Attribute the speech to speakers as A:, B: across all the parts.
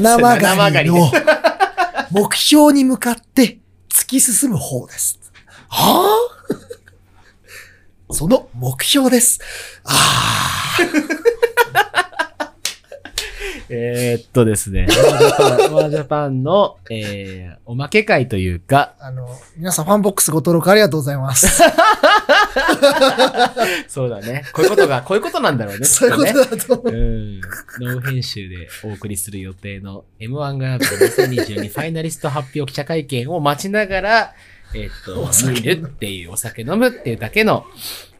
A: 七曲がりの
B: 七
A: 目標に向かって突き進む方です。はぁ その目標です。あ
B: えー、っとですね、モアジャパン、モアジャパンの、えー、おまけ会というか、
A: あ。あの、皆さんファンボックスご登録ありがとうございます。
B: そうだね。こういうことが、こういうことなんだろう ね。
A: そういうこ
B: きっ
A: と
B: ね
A: だと思う。
B: うん。ノー編集でお送りする予定の M1 グランプリ2022ファイナリスト発表記者会見を待ちながら、えっと
A: お、酒
B: 見るっていう、お酒飲むっていうだけの、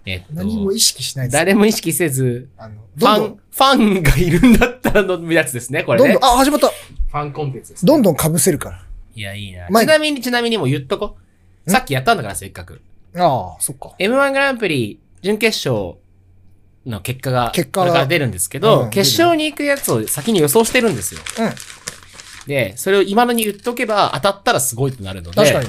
B: えっ
A: 何も
B: と、
A: 意識しないです。
B: 誰も意識せず、
A: あの、
B: フ
A: ど
B: ァ
A: んど
B: ン
A: ん、、
B: ファンがいるんだったらのやつですね、これ
A: どん
B: ね
A: どん、。あ、始まった。
B: ファンコンテンツですね。
A: どんどん被せるか
B: いや、いいな。
A: 前
B: ちなみに、ちなみにもう言っとこ。
A: ん
B: さっきやったんだから、せっかく。
A: ら。ああ、そっか。
B: M1 グランプリ準決勝の結果が、
A: 結果が
B: これから出るんですけど、
A: うん
B: 決勝に行くやつを先に予想してるんですよ。
A: うん。
B: で、それを今のに言っとけば当たったらすごいとなるの
A: 確
B: で。
A: かに。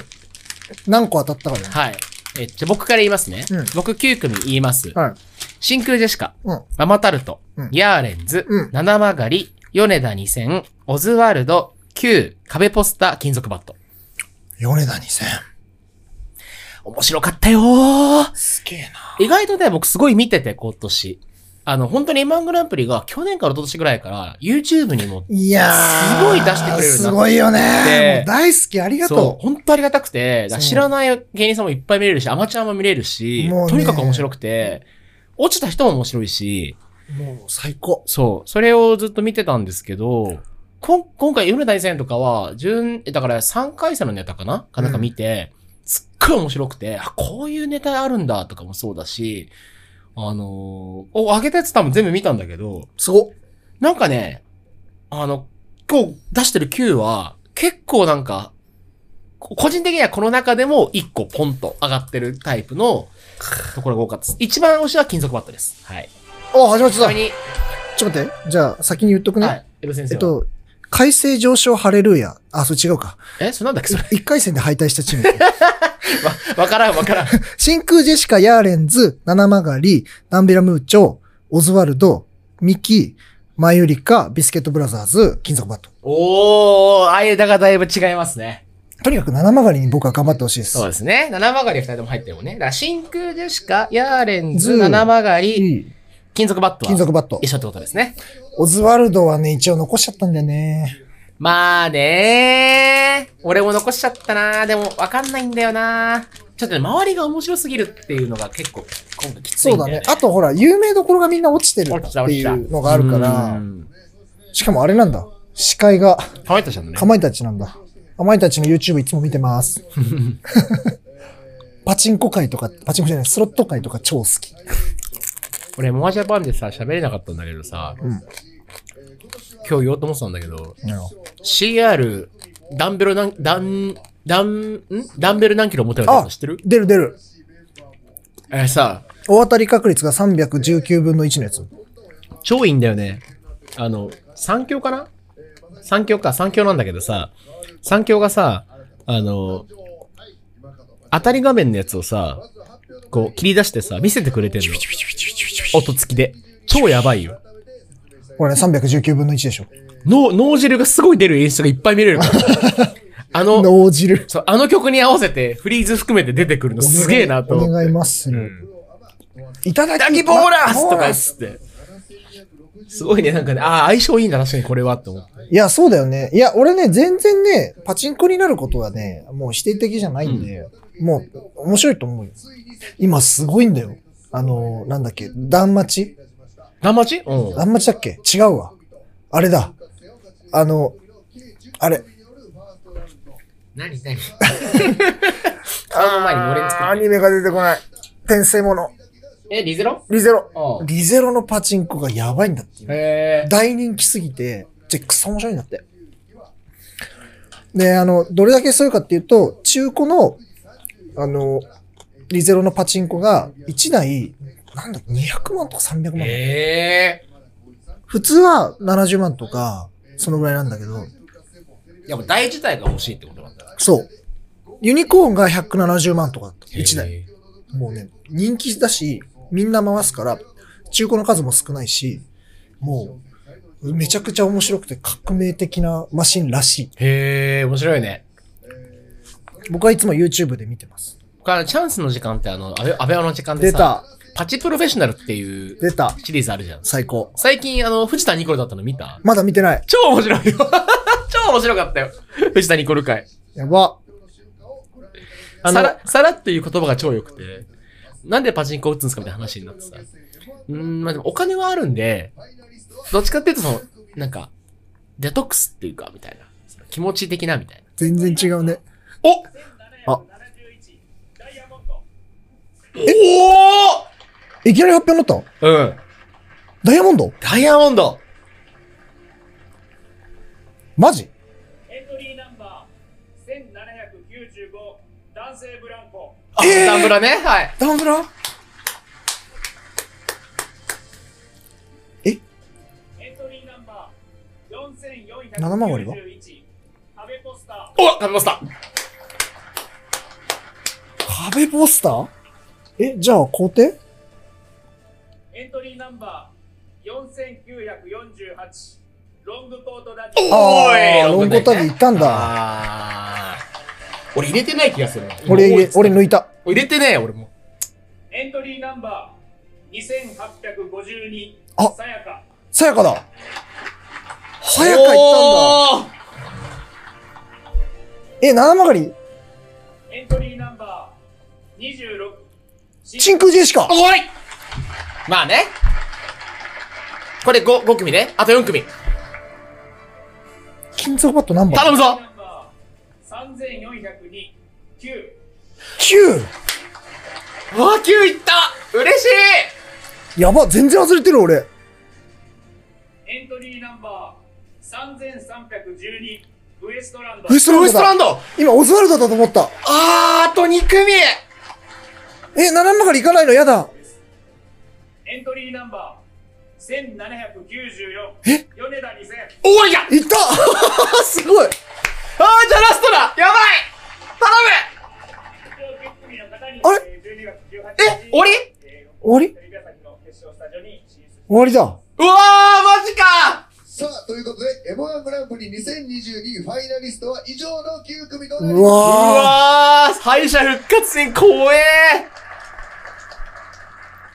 A: 何個当たったかね。
B: はい。え、じゃあ僕から言いますね。
A: うん
B: 僕9組言います。
A: はい。
B: 真空ジェシカ、
A: うん。
B: ママタルト、
A: うん
B: ヤーレンズ、
A: うん
B: 七曲り、米田2000、オズワルド、Q、壁ポスター、金属バット。
A: 米田2000。
B: 面白かったよー。
A: すげえな。
B: 意外とね、僕すごい見てて、今年。あの、本当に M1 グランプリが去年から一昨年ぐらいから、YouTube にも、
A: いやー。
B: すごい出してくれるな
A: すごいよね。
B: で
A: もう大好き、ありが
B: そう、
A: と
B: 本当ありがたくて、だから
A: そう
B: 知らない芸人さんもいっぱい見れるし、アマチュアも見れるし、
A: もうね
B: とにかく面白くて、落ちた人も面白いし、
A: う。もう最高。
B: そう、それをずっと見てたんですけど、こん今回、米田大戦とかは、準、だから3回戦のネタかなかなんか見て、すっごい面白くて、あ、こういうネタあるんだとかもそうだし、あのーお、上げたやつ多分全部見たんだけど、
A: すごっ。
B: なんかね、あの、今日出してる Q は、結構なんか、こ個人的にはこの中でも1個ポンと上がってるタイプのところが多かったです。一番推しは金属バットです。はい。
A: お、始まっち
B: ち
A: ゃ
B: な
A: っ
B: みに、
A: た。ちょっと待って。じゃあ、先に言っとくね。
B: はい。エブ先
A: え
B: 生
A: っ
B: は。
A: と、改正上昇ハレルヤ。あ、それ違うか。
B: え、それなんだっけそれ。
A: 1回戦で敗退したチーム。
B: わ、わからんわからん。
A: 真空ジェシカ、ヤーレンズ、七曲り、ダンベラムーチョ、オズワルド、ミキ、マユリカ、ビスケットブラザーズ、金属バット。
B: おー、間がだいぶ違いますね。
A: とにかく七曲りに僕は頑張ってほしいです。
B: そうですね。七曲り二人とも入ってるもんね。だから真空ジェシカ、ヤーレンズ、
A: ズ
B: 七曲り、
A: いい
B: 金属バット
A: 金
B: は
A: 属バット
B: 一。緒ってことですね。
A: オズワルドはね、一応残しちゃったんだよね。
B: まあね俺も残しちゃったなでも、わかんないんだよなちょっとね、周りが面白すぎるっていうのが結構、今回きつい
A: そ
B: ん
A: うだ
B: だよ
A: ね
B: ね。。
A: あとほら、有名どころがみんな落ちてる
B: 落
A: っ
B: ち
A: て
B: た落
A: い
B: ちた
A: うのがあるか
B: う
A: ら、
B: ん。
A: しかもあれなんだ。司会が、
B: かまいたちゃんだね
A: か。まいたちなんだ。かまいたちの YouTube いつも見てます。 パチンコ会とか、パチンコじゃない、スロット会とか超好き。
B: 俺、モアジャパンでさ、喋れなかったんだけどさ、
A: ん
B: 今日言おうと思ってたんだけど、
A: なるほど
B: CR、ダンベル何、ダン、ダン、んダンベル何キロ持てるか知ってる
A: 出る出る。
B: えーさ、
A: 大当たり確率が319分の1のやつ。
B: 超いいんだよね。あの、三強かな三強か、三強なんだけどさ、三強がさ、あの、当たり画面のやつをさ、こう切り出してさ、見せてくれてんの。音付きで。超やばいよ。
A: これね、319分の1でしょ。
B: 脳、脳汁がすごい出る演出がいっぱい見れ るから。あの、
A: 脳汁。
B: そう、あの曲に合わせて、フリーズ含めて出てくるのすげえなと思って。
A: お願います
B: う
A: る。
B: ん
A: いただ
B: ダ
A: き
B: ギボーラース
A: ボ
B: とかっつって。すごいね、なんかね、ああ、相性いいんだ、確かにこれはって思って。
A: いや、そうだよね。いや、俺ね、全然ね、パチンコになることはね、もう否定的じゃないんで、もう、面白いと思うよ。今、すごいんだよ。あの、なんだっけ、断待ち
B: ダンマチうん。
A: 断待ちだっけ違うわ。あれだ。あの、あれ。
B: 何何顔の前にのれん作
A: ア
B: って
A: ニメが出てこない。転生もの。
B: え、リゼロ
A: リゼロ。
B: うん。
A: リゼロのパチンコがやばいんだって今
B: へえ。
A: 大人気すぎて、じゃあクソ面白いんだって。で、あの、どれだけそういうかっていうと、中古の、あの、リゼロのパチンコが1台、なんだ、200万とか300万。
B: へえ。
A: 普通は70万とか、そのぐらいなんだけど、
B: いや、もう台自体が欲しいってことなんだ。
A: そう。ユニコーンが170万とかだった、1台。
B: へ
A: もうね、人気だし、みんな回すから、中古の数も少ないし、もう、めちゃくちゃ面白くて革命的なマシンらしい。
B: へえ、面白いね。
A: 僕はいつも YouTube で見てます。
B: 僕はあのチャンスの時間ってあの、アベアベアの時間で
A: 出
B: さ、
A: た、
B: パチプロフェッショナルっていう
A: 出た、
B: シリーズあるじゃん。
A: 最高。
B: 最近あの、藤田ニコルだったの見た
A: まだ見てない。
B: 超面白いよ。 超面白かったよ。藤田ニコル会。
A: やば。あ
B: さ
A: の、
B: ら、さらっていう言葉が超良くて、なんでパチンコ打つんですかみたいな話になってさ。うーん、まあでもお金はあるんで、どっちかっていうとその、なんか、デトックスっていうか、みたいな。その気持ち的な、みたいな。
A: 全然違うね。
B: お
A: あ
B: お
A: いきなり発表になった
B: おうん。
A: ダイヤモンド
B: ダイヤモンド
A: マジ
C: エントリーナンバー1795男性ブランコ
B: あ、
A: えー
B: ダンブラね。はい。
A: ダンブラ
C: エントリーナンバー4491
A: 七曲りは
C: 安倍ポスター
B: おダンブラさん。
A: 壁ポスターえ、じゃあ皇帝
C: エントリーナンバー4948ロングコートダデ
B: お
C: ィ
A: あ
B: ーい
A: ーロングタビ行ったんだ。
B: だ。あー俺入れてない気がするな。
A: 俺入れ、俺抜
B: い
A: いた。
B: 入れてねえ、俺も。
C: エントリーナンバー2852
A: あ
C: さやか
A: さやかださやか行ったんだ
B: んだ。
A: え、七曲り
C: エントリーナンバー26
A: 真空ジェシカ
B: おいまあね。これ 5, 5組ね。あと4組。
A: 金属バット何
B: 頼
A: 番
B: むぞ
C: ナンバー34029
A: ?9!
B: うわ、9いった嬉しい
A: やば、全然忘れてる俺。
C: エントリーナンバー3312ウエストランド
A: ウエスト
B: ウ
A: ラン
B: エ
A: ド
B: ストラ
A: だ
B: ンド
A: 今、オズワルドだと思った。
B: あー、あと2組
A: え、七曲り行かないのやだ。
C: エントリーナンバー1794
A: え
C: 米田2000
B: おいや
A: 行 ったすごい
B: あー、じゃあラストだやばい頼
C: 今日10組の方に
A: あれ
C: えー12月
B: む
C: 18
B: え
C: 日、
B: 俺
C: えー
A: 終わり
C: テレビ朝日の決勝スタジオに進出
A: 終わりだ。
B: うわー、マジか
D: さあ、ということで、M1 グランプリ2022ファイナリストは以上の9組となり
A: う
D: ます。
B: う
A: わ
B: わー、敗者復活戦怖え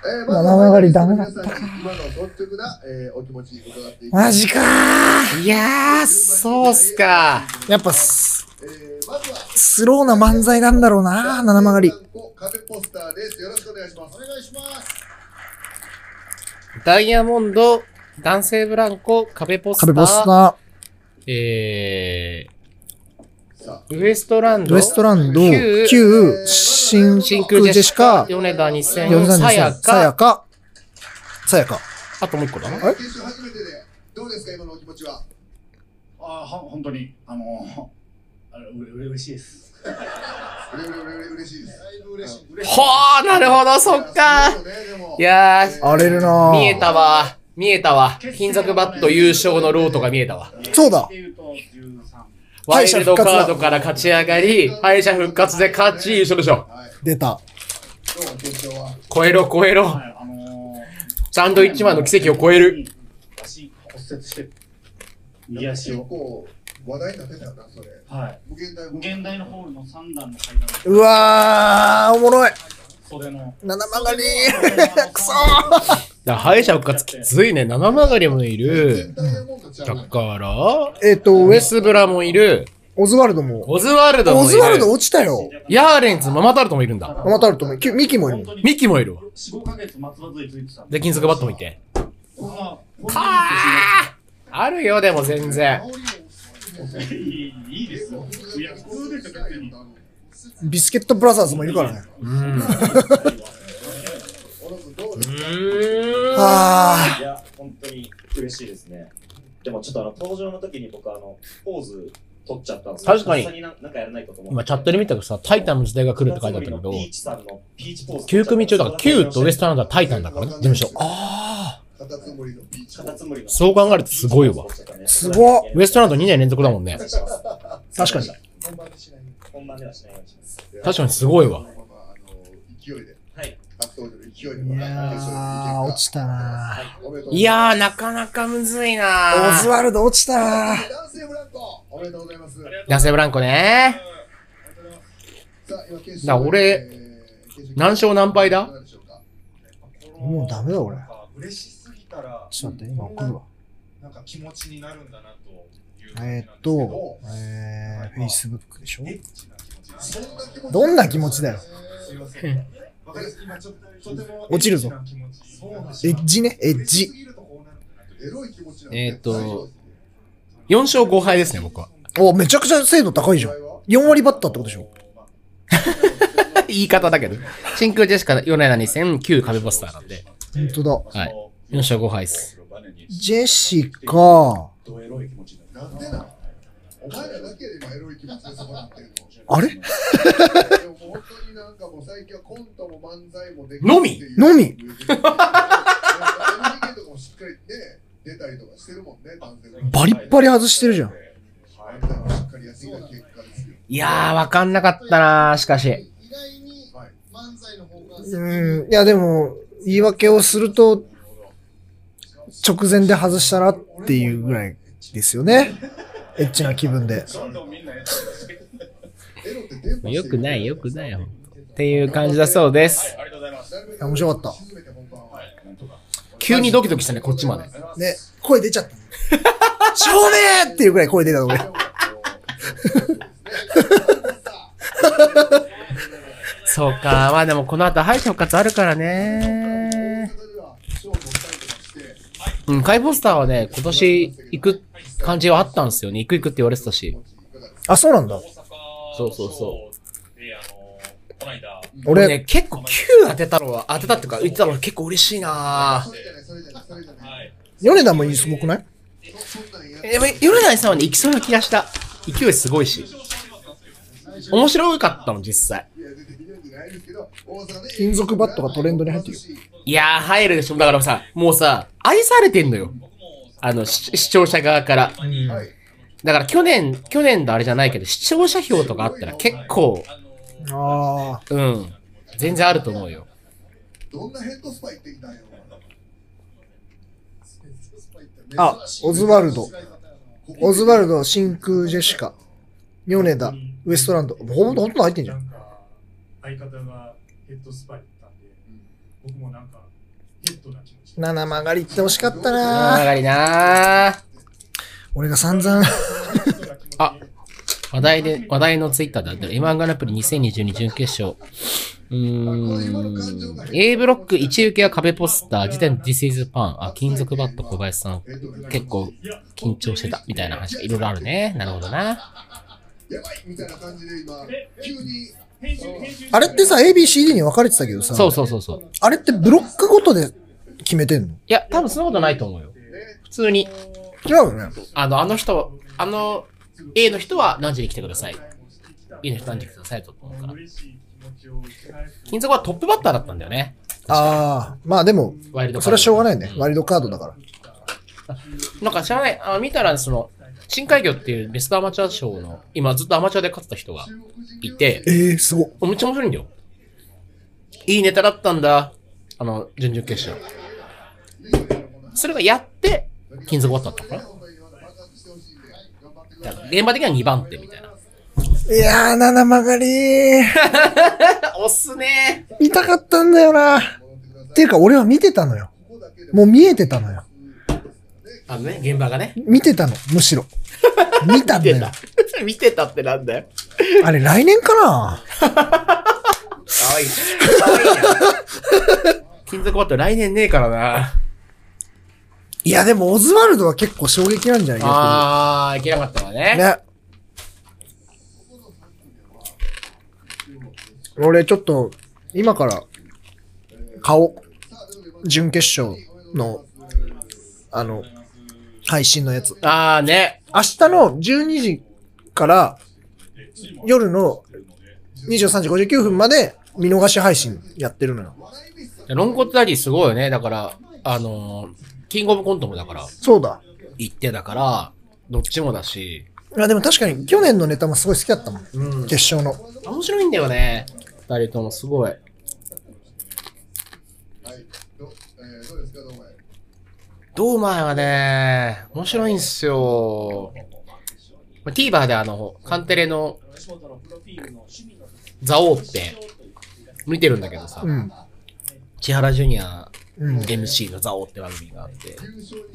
D: えー
A: 七曲りダメだった
D: 皆さんに今の率直な、えーお気持ち伺ってい
A: ー。
D: き
A: マジかー。
B: ーいやー、そうっすか。
A: やっぱス、
D: えーまずは、
A: スローな漫才なんだろうなー、七曲り。
D: 壁ポスターです。よろしくお願いします。お願いします。
B: ダイヤモンド、男性ブランコ、壁ポスター。
A: 壁ポスタ
B: え
D: さ
B: ー、ウエストラン
A: ー、
B: ド。
A: ウエストランド、
B: 九
A: 9、真
B: 真
A: 空ジ
B: 空ジ
A: ェ
B: ェ
A: シ
B: シ
A: カ
B: カ、
A: ヨ
B: 米田2000、
A: ネダ
B: さ
A: さ
B: や
A: や
B: か
A: か、さやか。
B: あともう一個だ
D: あ、え
B: な。
D: ー、決勝初めてで、どうですか、今のお気持ちは。
E: ああ、ほ本当に、あのー、あれ、うれ、嬉しいです。
D: うれうれうれうれ嬉しいです。だいぶ嬉しい。
B: ほー、なるほど、そっか。いやー、
A: 荒れるなー。
B: 見えたわ。見えたわ。金属バット優勝のロートが見えたわ。
A: そうだ
E: で言うと、十三。
B: ワ
A: 敗
B: イ
A: 者
B: ル
A: 復
B: ド
A: 活
B: カ
A: だ
B: ードから勝ち上がり、敗者復活で勝ち優勝でしょ。
D: はい、
A: 出た。
D: 今日の決勝は。
B: 超えろ、超えろ
E: は。い、あのー。
B: サンドイッチマンの奇跡を超える。。
E: 足骨折して。右足
D: 結
E: を。
D: 構話題になってたよな、それ。
E: はい。
D: 無限大
E: 現代のホールの三段の階段。
A: うわー、おもろい。
E: 袖の。
A: 七曲り ー。くそ
B: だ敗者復活きついね。七曲りもいる。
D: ダイヤモンドちゃ
B: だ
D: うな
B: から、
A: ー。えっと、ウ
B: ウ
A: エ
B: エ
A: ス、
B: スブラもいる。
A: オズワルドも。
B: オズワルド
A: オ
B: もい
A: ズ
B: る。
A: ワルド落ちたよ。
B: ヤーレンズ、ママタルトもいるんだ。
A: ママタルトも、きミキもいるもん。
B: ミキもいるわ。
E: 四五ヶ月松葉杖ついてたん
B: で、金属バットもい。て。
E: こんな
B: あるよ、でも全然。
E: いいいいですよ。いや、普通ですよ、別に。
A: ビスケットブラザーズもいるからね。
B: うん。うーん。
A: あ
F: いや、本当に嬉しいですね。でもちょっとあの登場の時に僕あのポーズ取っちゃったんですよ
B: 確かに
F: さすがにななんかやらないかと思って。
B: 今チャットで見たけどさ、タイタンの時代が来るって書いてあったけど、
F: ピーチさんのピーチポーズ。
B: 9組中だから9とウエストランドはタイタンだからね、事務所。
A: あ
D: カタツムリのピーチ
F: カタツムリの
B: そう考えるとすごいわ。
A: すごっ
B: ウエストランド2年連続だもんね。
A: ー。確かに。
F: 本番ではしないようにします。
B: 確かにすごいわ。
D: まあまああの勢いで
F: はい。
D: 格闘技の勢い
A: い
D: で
A: やー、落ちたなー
B: いやー、なかなかむずいな
A: オズ
B: ー。
A: ワルド落ちたなー
D: 男性ブランコおめでとうございます。
B: 男性ブランコね
D: さあ今決勝
B: だから俺
D: えー決勝
B: 何勝何敗だ
D: どうでしょうか
A: もうダメだ俺。
G: 嬉しすぎたら、
A: ちょっと待って、今送るわ。
G: なんか気持ちになるんだなという感じなん
A: え
G: ですけ
A: ーっ
G: ど。
A: と、えー、Facebook でしょ
G: エッチな気持ちです。
A: どんな気持ちだよ。
G: すいません。わかります今ちょっととても
A: 落ちるぞ
G: エッチな気持ちそうなんです
A: エ
G: よ
A: ッジね、エッ
G: 嬉し
A: ジ
G: す。ぎるとこうなるんだなとい
D: エ
G: う。
D: ロい気持ちな
B: えーっと、4勝5敗ですね、僕は。
A: お、めちゃくちゃ精度高いじゃん。4割バッターってことでしょ
B: 言い方だけど。真空ジェシカ、米田2009壁ポスターなんで。
A: 本当だ。
B: はい。4勝5敗っす。
A: ジェシカ、
D: なんでなお前らだけで今エロい気持ちでそこなってるの。
A: あれ
D: でも本当になんかもう最近はコントも漫才もでき
B: のみ
A: のみ
D: NGK とかもしっかりね、出たりとかしてるもんね、男性ブランコ
A: バリッバリ外してるじゃん。
D: あれだけしっかりやってきた結果ですよ。
B: いやー、わかんなかったなー、しかし。
H: 意外に漫才の方が
A: うん、いやでも、言い訳をすると、直前で外したなっていうぐらいですよね。エッチな気分で。
E: どんどんみんなやっ
D: エロって電波してる
B: よくない、よくないよ。っていう感じだそうです。
E: ありがとうございます。
D: なるべく
A: 面白かっ
D: 沈めて本番は
B: 急にドキドキしたね、こっちまで。
A: た。ね、声出ちゃった。照明っていうぐらい声出たの俺。
B: そうか、まあでもこの後敗者復活あるから
D: 大
B: ね。
D: 阪ではショーをしたりとかして、
B: うん、カイポスターはね、今年行く感じはあったんですよね。行く行くって言われてたし。
A: あ、そうなんだ。
B: そうそうそう
G: で、あのー、この間、
A: 俺、
B: ね、結構9当てたのは、当てたっていうか、言ってたのは結構嬉しいな
D: それじゃない、それじゃない、それじゃない。
G: はい。
A: 米田もいいすごくない
D: そんなんや
B: でも、ヨルナイさんはね、行きそうな気がした。勢いすごいし。面白かったの、実際。
D: いや出てきてるんじゃないですけど、大阪で
A: 金属バットがトレンドに入ってるよ
B: いやー、入るでしょ。だからさ、もうさ、愛されてんのよ。あの、し視聴者側から。
D: はい。
B: だから去年、去年のあれじゃないけど、視聴者票とかあったら結構、
A: ああ、
B: うん、全然あると思うよ。
D: どんなヘッドスパ行ってきたんよ。
A: あ、オズワルド。オズワルド、真空ジェシカ、米田、ウエストランド。ほとんどほとんど入ってんじゃ。
G: なんんか、相方がヘッドスパ行ったんで、僕もなんか、ヘッドな気持ちで。
A: 七曲がりって惜しかった
B: あー、
A: な
B: 上がりなー。
A: 俺が散々。
G: ヘッドな気持ちで
B: あ話題で、話題のツイッターであったら、M1 グランプリ2022準決勝。うーん。A ブロック1受けは壁ポスター、時点で This is Pan。あ、金属バット小林さん。結構緊張してた。みたいな話がいろいろあるね。なるほどな。
D: やばいみたいな感じで今、急に。
G: 編集、編集
A: あれってさ、ABCD に分かれてたけどさ、
B: そうそうそうそう。
A: あれってブロックごとで決めてんの
B: いや、多分そんなことないと思うよ。普通に、
A: 違うよね。
B: あの、あの人、あの、A の人は何時に来てください。B の人は何時に来てくださいと思うから。
G: 嬉しい気持ちを返す
B: 金属はトップバッターだったんだよね。
A: ああ、まあでも、
B: ワイルドカード
A: それはしょうがないね
B: う。ん
A: ワイルドカードだから。
B: なんか知らない、あ見たら、その、深海魚っていうベストアマチュア賞の、今ずっとアマチュアで勝ってた人がいて、
A: ええー、すごっ。
B: めっちゃ面白いんだよ。いいネタだったんだ。あの、準々決勝。それがやって、金属バットだったのかなだから現場的には2番手みたいな。
A: いやー、七曲がりー。
B: 押すね
A: 痛かったんだよな。っていうか、俺は見てたのよ。もう見えてたのよ。
B: あのね、現場がね。
A: 見てたの、むし ろ。見たんだよ。。
B: 見てたってなんだよ。
A: あれ、来年かな
B: かわいい。かわいい な金属バット来年ねえからな。
A: いや、でも、オズワルドは結構衝撃なんじゃないか
B: あー、 いけなかったわね。
A: ね。俺、ちょっと、今から、顔、準決勝の、あの、配信のやつ。
B: あーね。
A: 明日の12時から夜の23時59分まで見逃し配信やってるのよ。
B: ロングコットダディすごいよね。だから、あのーキングオブコントもだから、
A: そうだ。
B: 行ってだから、どっちもだし、
A: あでも確かに去年のネタもすごい好きだったもん。決勝の。
B: 面白いんだよね。二人ともすごい。ドーマイはね、面白いんすよ。まあ TVer であの、カンテレのザオーって見てるんだけどさ、
A: うん。
B: 千原ジュニア
A: うん。
B: MC のザオって番組があって、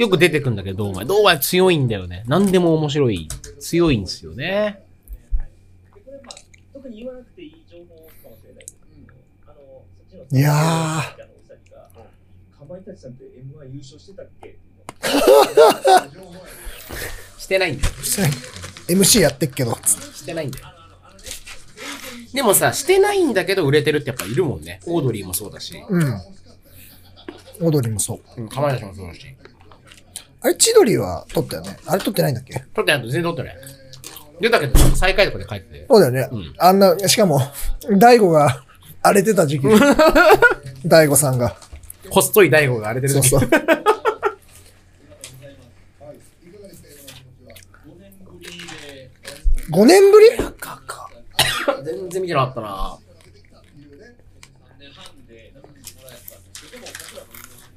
B: よく出てくんだけど、ドーマイ。ドーマイ強いんだよね。何でも面白い。強いんですよね。
F: これまあ特に言わなくていい情報かもしれないですけど、あのそっちの
A: いやー
F: あのお二人がかまいたちさんって M1 優勝してたっけっていうの
B: してないんだよ。
A: MC やってっけど、つって
B: してないんだよ。でもさ、してないんだけど売れてるってやっぱいるもんね。オードリーもそうだし、
A: うん。踊りもそう。
B: うん、かまいたちもそうだし。
A: あれ、千鳥は撮ったよね。あれ撮ってないんだっけ
B: 撮ってないと全然撮ってない。出たけど、最下位とかで帰ってて。
A: そうだよね。
B: うん
A: あんな、しかも、大悟が荒れてた 時期。大悟さんが。
B: こっそり大悟が荒れてる
A: そう
B: 時
A: そう。5年ぶり
B: かか 全然見てなかったな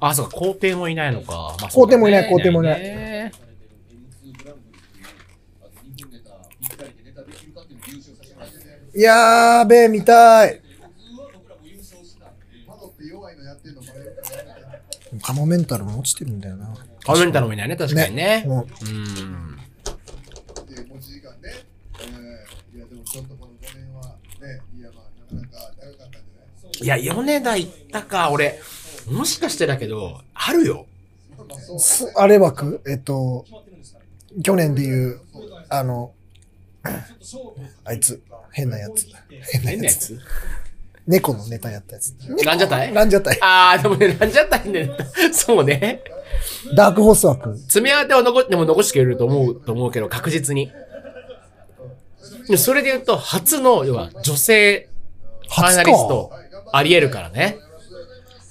B: あ、そうか、皇帝もいないのか。まあ
A: 皇帝もいない
B: そう
A: 皇
B: だね
A: 帝もいない
B: ね
A: いやーべえ、見たい。カモメンタルも落ちてるんだよな。
B: カメンタルもいないね、確かにね。
A: もう
B: うん。
D: 持ち時間ね。えーいやでもちょっとこの5年はね、いやまあなかなか長かったんじゃない
B: いや、米田行ったか、俺。もしかしてだけど、あるよ。
A: すあれ枠えっと、去年で言う、あの、 あいつ、変なやつ。変な
B: 変な
A: や
B: や
A: つ。
B: つ。
A: 猫のネタやったやつ。
B: ランジャタイ
A: ランジャタイ。
B: あー、でもね、ランジャタイね。そうね。
A: ダークホース枠。
B: 爪当ては残っても残してくれると思うと思うけど、確実に。でもそれで言うと、初の、要は女性ファイナリスト、ありえるからね。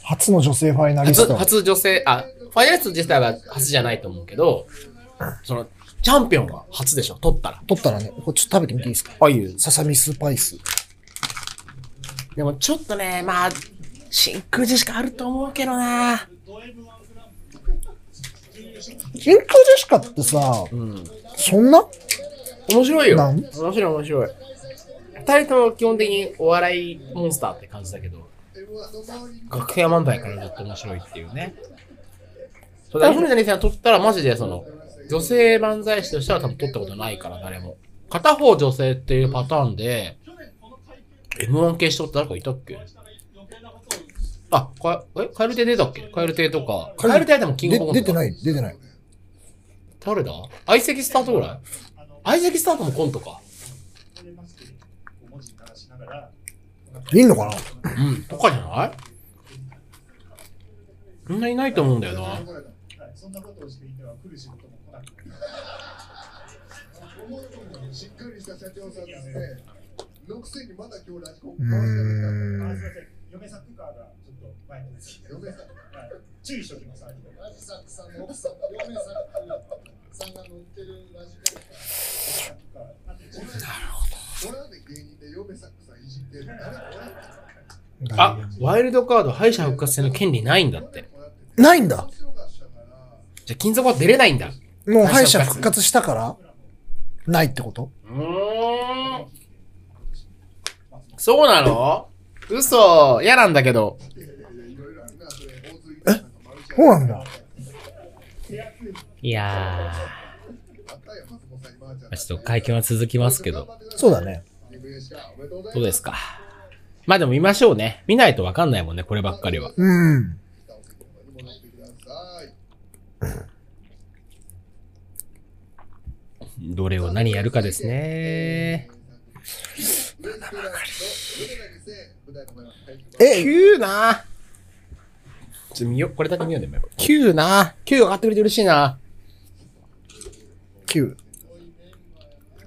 A: 初の女性ファイナリス
B: 初
A: ト。
B: 初女性、あ、ファイナリスト自体は初じゃないと思うけど、その、チャンピオンは初でしょ、取ったら。
A: 取ったらね、これちょっと食べてみていいですか
B: あ、いう。
A: ささみスパイス。
B: でもちょっとね、まあ、真空寺しかあると思うけどな。
A: 真空ジェシカってさ、
B: うん。
A: そんな
B: 面白いよ。
A: なん
B: 面白い面白い。二人とも基本的にお笑いモンスターって感じだけど、学生漫才からずっと面白いっていうね。そうだから、船谷さん取ったらマジでその、女性漫才師としては多分取ったことないから、誰も。片方女性っていうパターンで、M1 系しとった誰かいたっけあ、かえ、カエル亭出たっけカエル亭とか。カエル亭でもキング
A: で
B: コント
A: 出て
B: い。
A: ない、出てない。
B: 誰だ相席スタートぐらい相席スタートもコントか。
G: 文字鳴らしながら、
A: いんのかな
B: うん、とかじゃないそんないないと思うんだよな。
G: はいそんなことをしていては来る仕事も来なくて、
D: しっかりした社長さんですね。6000にまだ今日ラジコン
A: う
G: あすいま
A: ー
G: せ
A: ん。
G: ん、嫁さんクカーがちょっと前に出てきて、嫁さん、はい注意しときます、ありがとう
H: ラジサックさんの奥さん、嫁さんさんが乗ってるラジコンカー
D: おらんで芸人で嫁サックさんいじってる。誰かお
B: あ、
D: らん
B: ワイルドカード敗者復活戦の権利ないんだって。
A: ないんだ。
B: じゃあ、金属は出れないんだ。
A: もう敗者復活したからないってこと
B: うーん。そうなの嘘。嫌なんだけど。
A: そうなんだ。
B: いやー。ちょっと会見は続きますけど、
A: そうだね。
B: どうですか。まあでも見ましょうね。見ないとわかんないもんね、こればっかりは。
A: うん。
B: どれを何やるかですね。
A: え、
B: 9なちょっと見よう、これだけ見ようでもやっぱ。9な9上がってくれて嬉しいな
A: 9。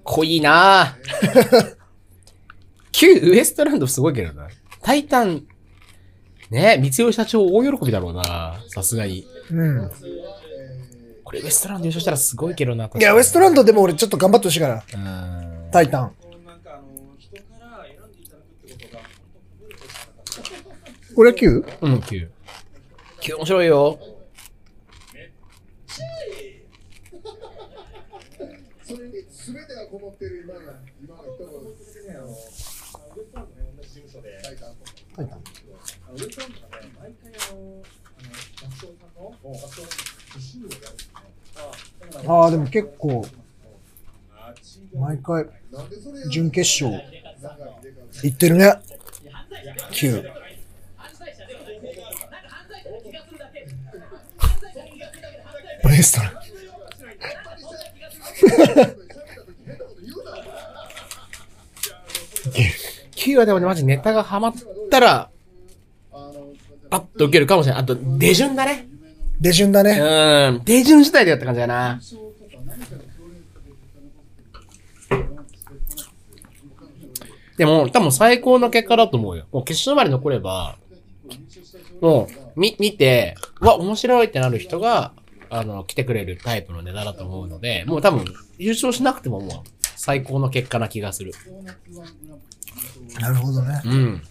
B: 濃いな 9ウエストランドすごいけどな。タイタン、ねえ、三代社長大喜びだろうなさすがに。
A: うん。
B: これウエストランド優勝したらすごいけどな。
A: いや、ウエストランドでも俺ちょっと頑張ってほしいから。
B: うーん。
A: タイタン。これは 9?
B: うん、9。9面白いよ。
D: こもってる今が、今が一言
F: 本当にね、あの、ウェブタウンとね、同じ事務所で、
D: 書いた後。
A: 書いた
F: あのウェブタウンとかね、毎回あの、あの、学長さんの、学長さんの自信をやるんですね。
A: ああ、でも結構、毎回、
D: なんでそれやる
A: 準決勝
D: なんか入れ替わる
A: 行ってるね。9。ブレストラン。
B: 9はでもね、マジネタがハマったら、パッと受けるかもしれない。あと、出順だね。
A: 出順だね。
B: うん。手順次第でやった感じだな。でも、多分最高の結果だと思うよ。もう決勝まで残れば、もう、み、見て、うわ、面白いってなる人が、あの、来てくれるタイプのネタだと思うので、もう多分、優勝しなくてももう、最高の結果な気がする。
A: なるほどね。
B: うん。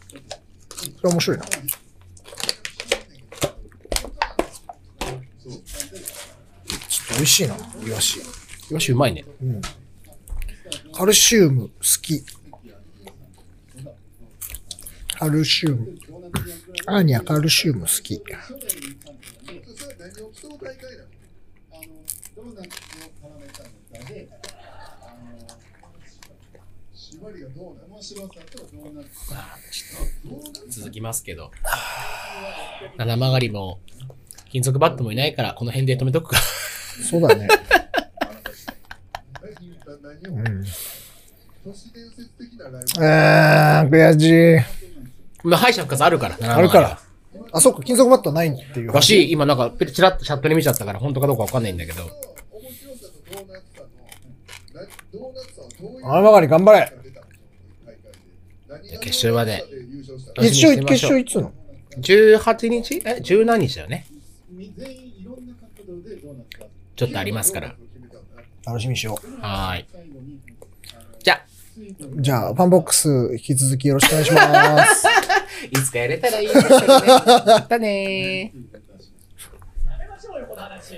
A: これ面白いな。ちょっと美味しいな、イワシ。
B: よし、うまいね。
A: うん。カルシウム好き。カルシウム。アーニャカルシウム好き。
B: 続きますけど。七曲がりも、金属バットもいないから、この辺で止めとくか。
A: そうだね。う
D: 何を
A: ん。
D: 都市伝説的なライ
A: あー、悔しい。
B: まあ、敗者復活あるから。
A: あるから。あ、そっか、金属バットないっていう
B: ら
A: 話。
B: しい、今なんか、ペチラッとチャットで見ちゃったから、本当かどうかわかんないんだけど。
D: ブ面白さとドーナツさのドーナツさはどういう
A: あばかり頑張れ。
B: じゃあ決勝まで。
A: 一
B: 楽しみ
A: 勝、
B: にしてみまし
A: 決
B: ょ
A: 勝
B: う
A: いつの
B: 18日え、十何日だよね。ちょっとありますから。
A: 楽しみにしよ
B: はーい。じゃあ、
A: う。じゃあ、ファンボックス引き続きよろしくお願いします。
B: いつか やれたらいいですよね。またねー。
C: やめましょうよ、この話。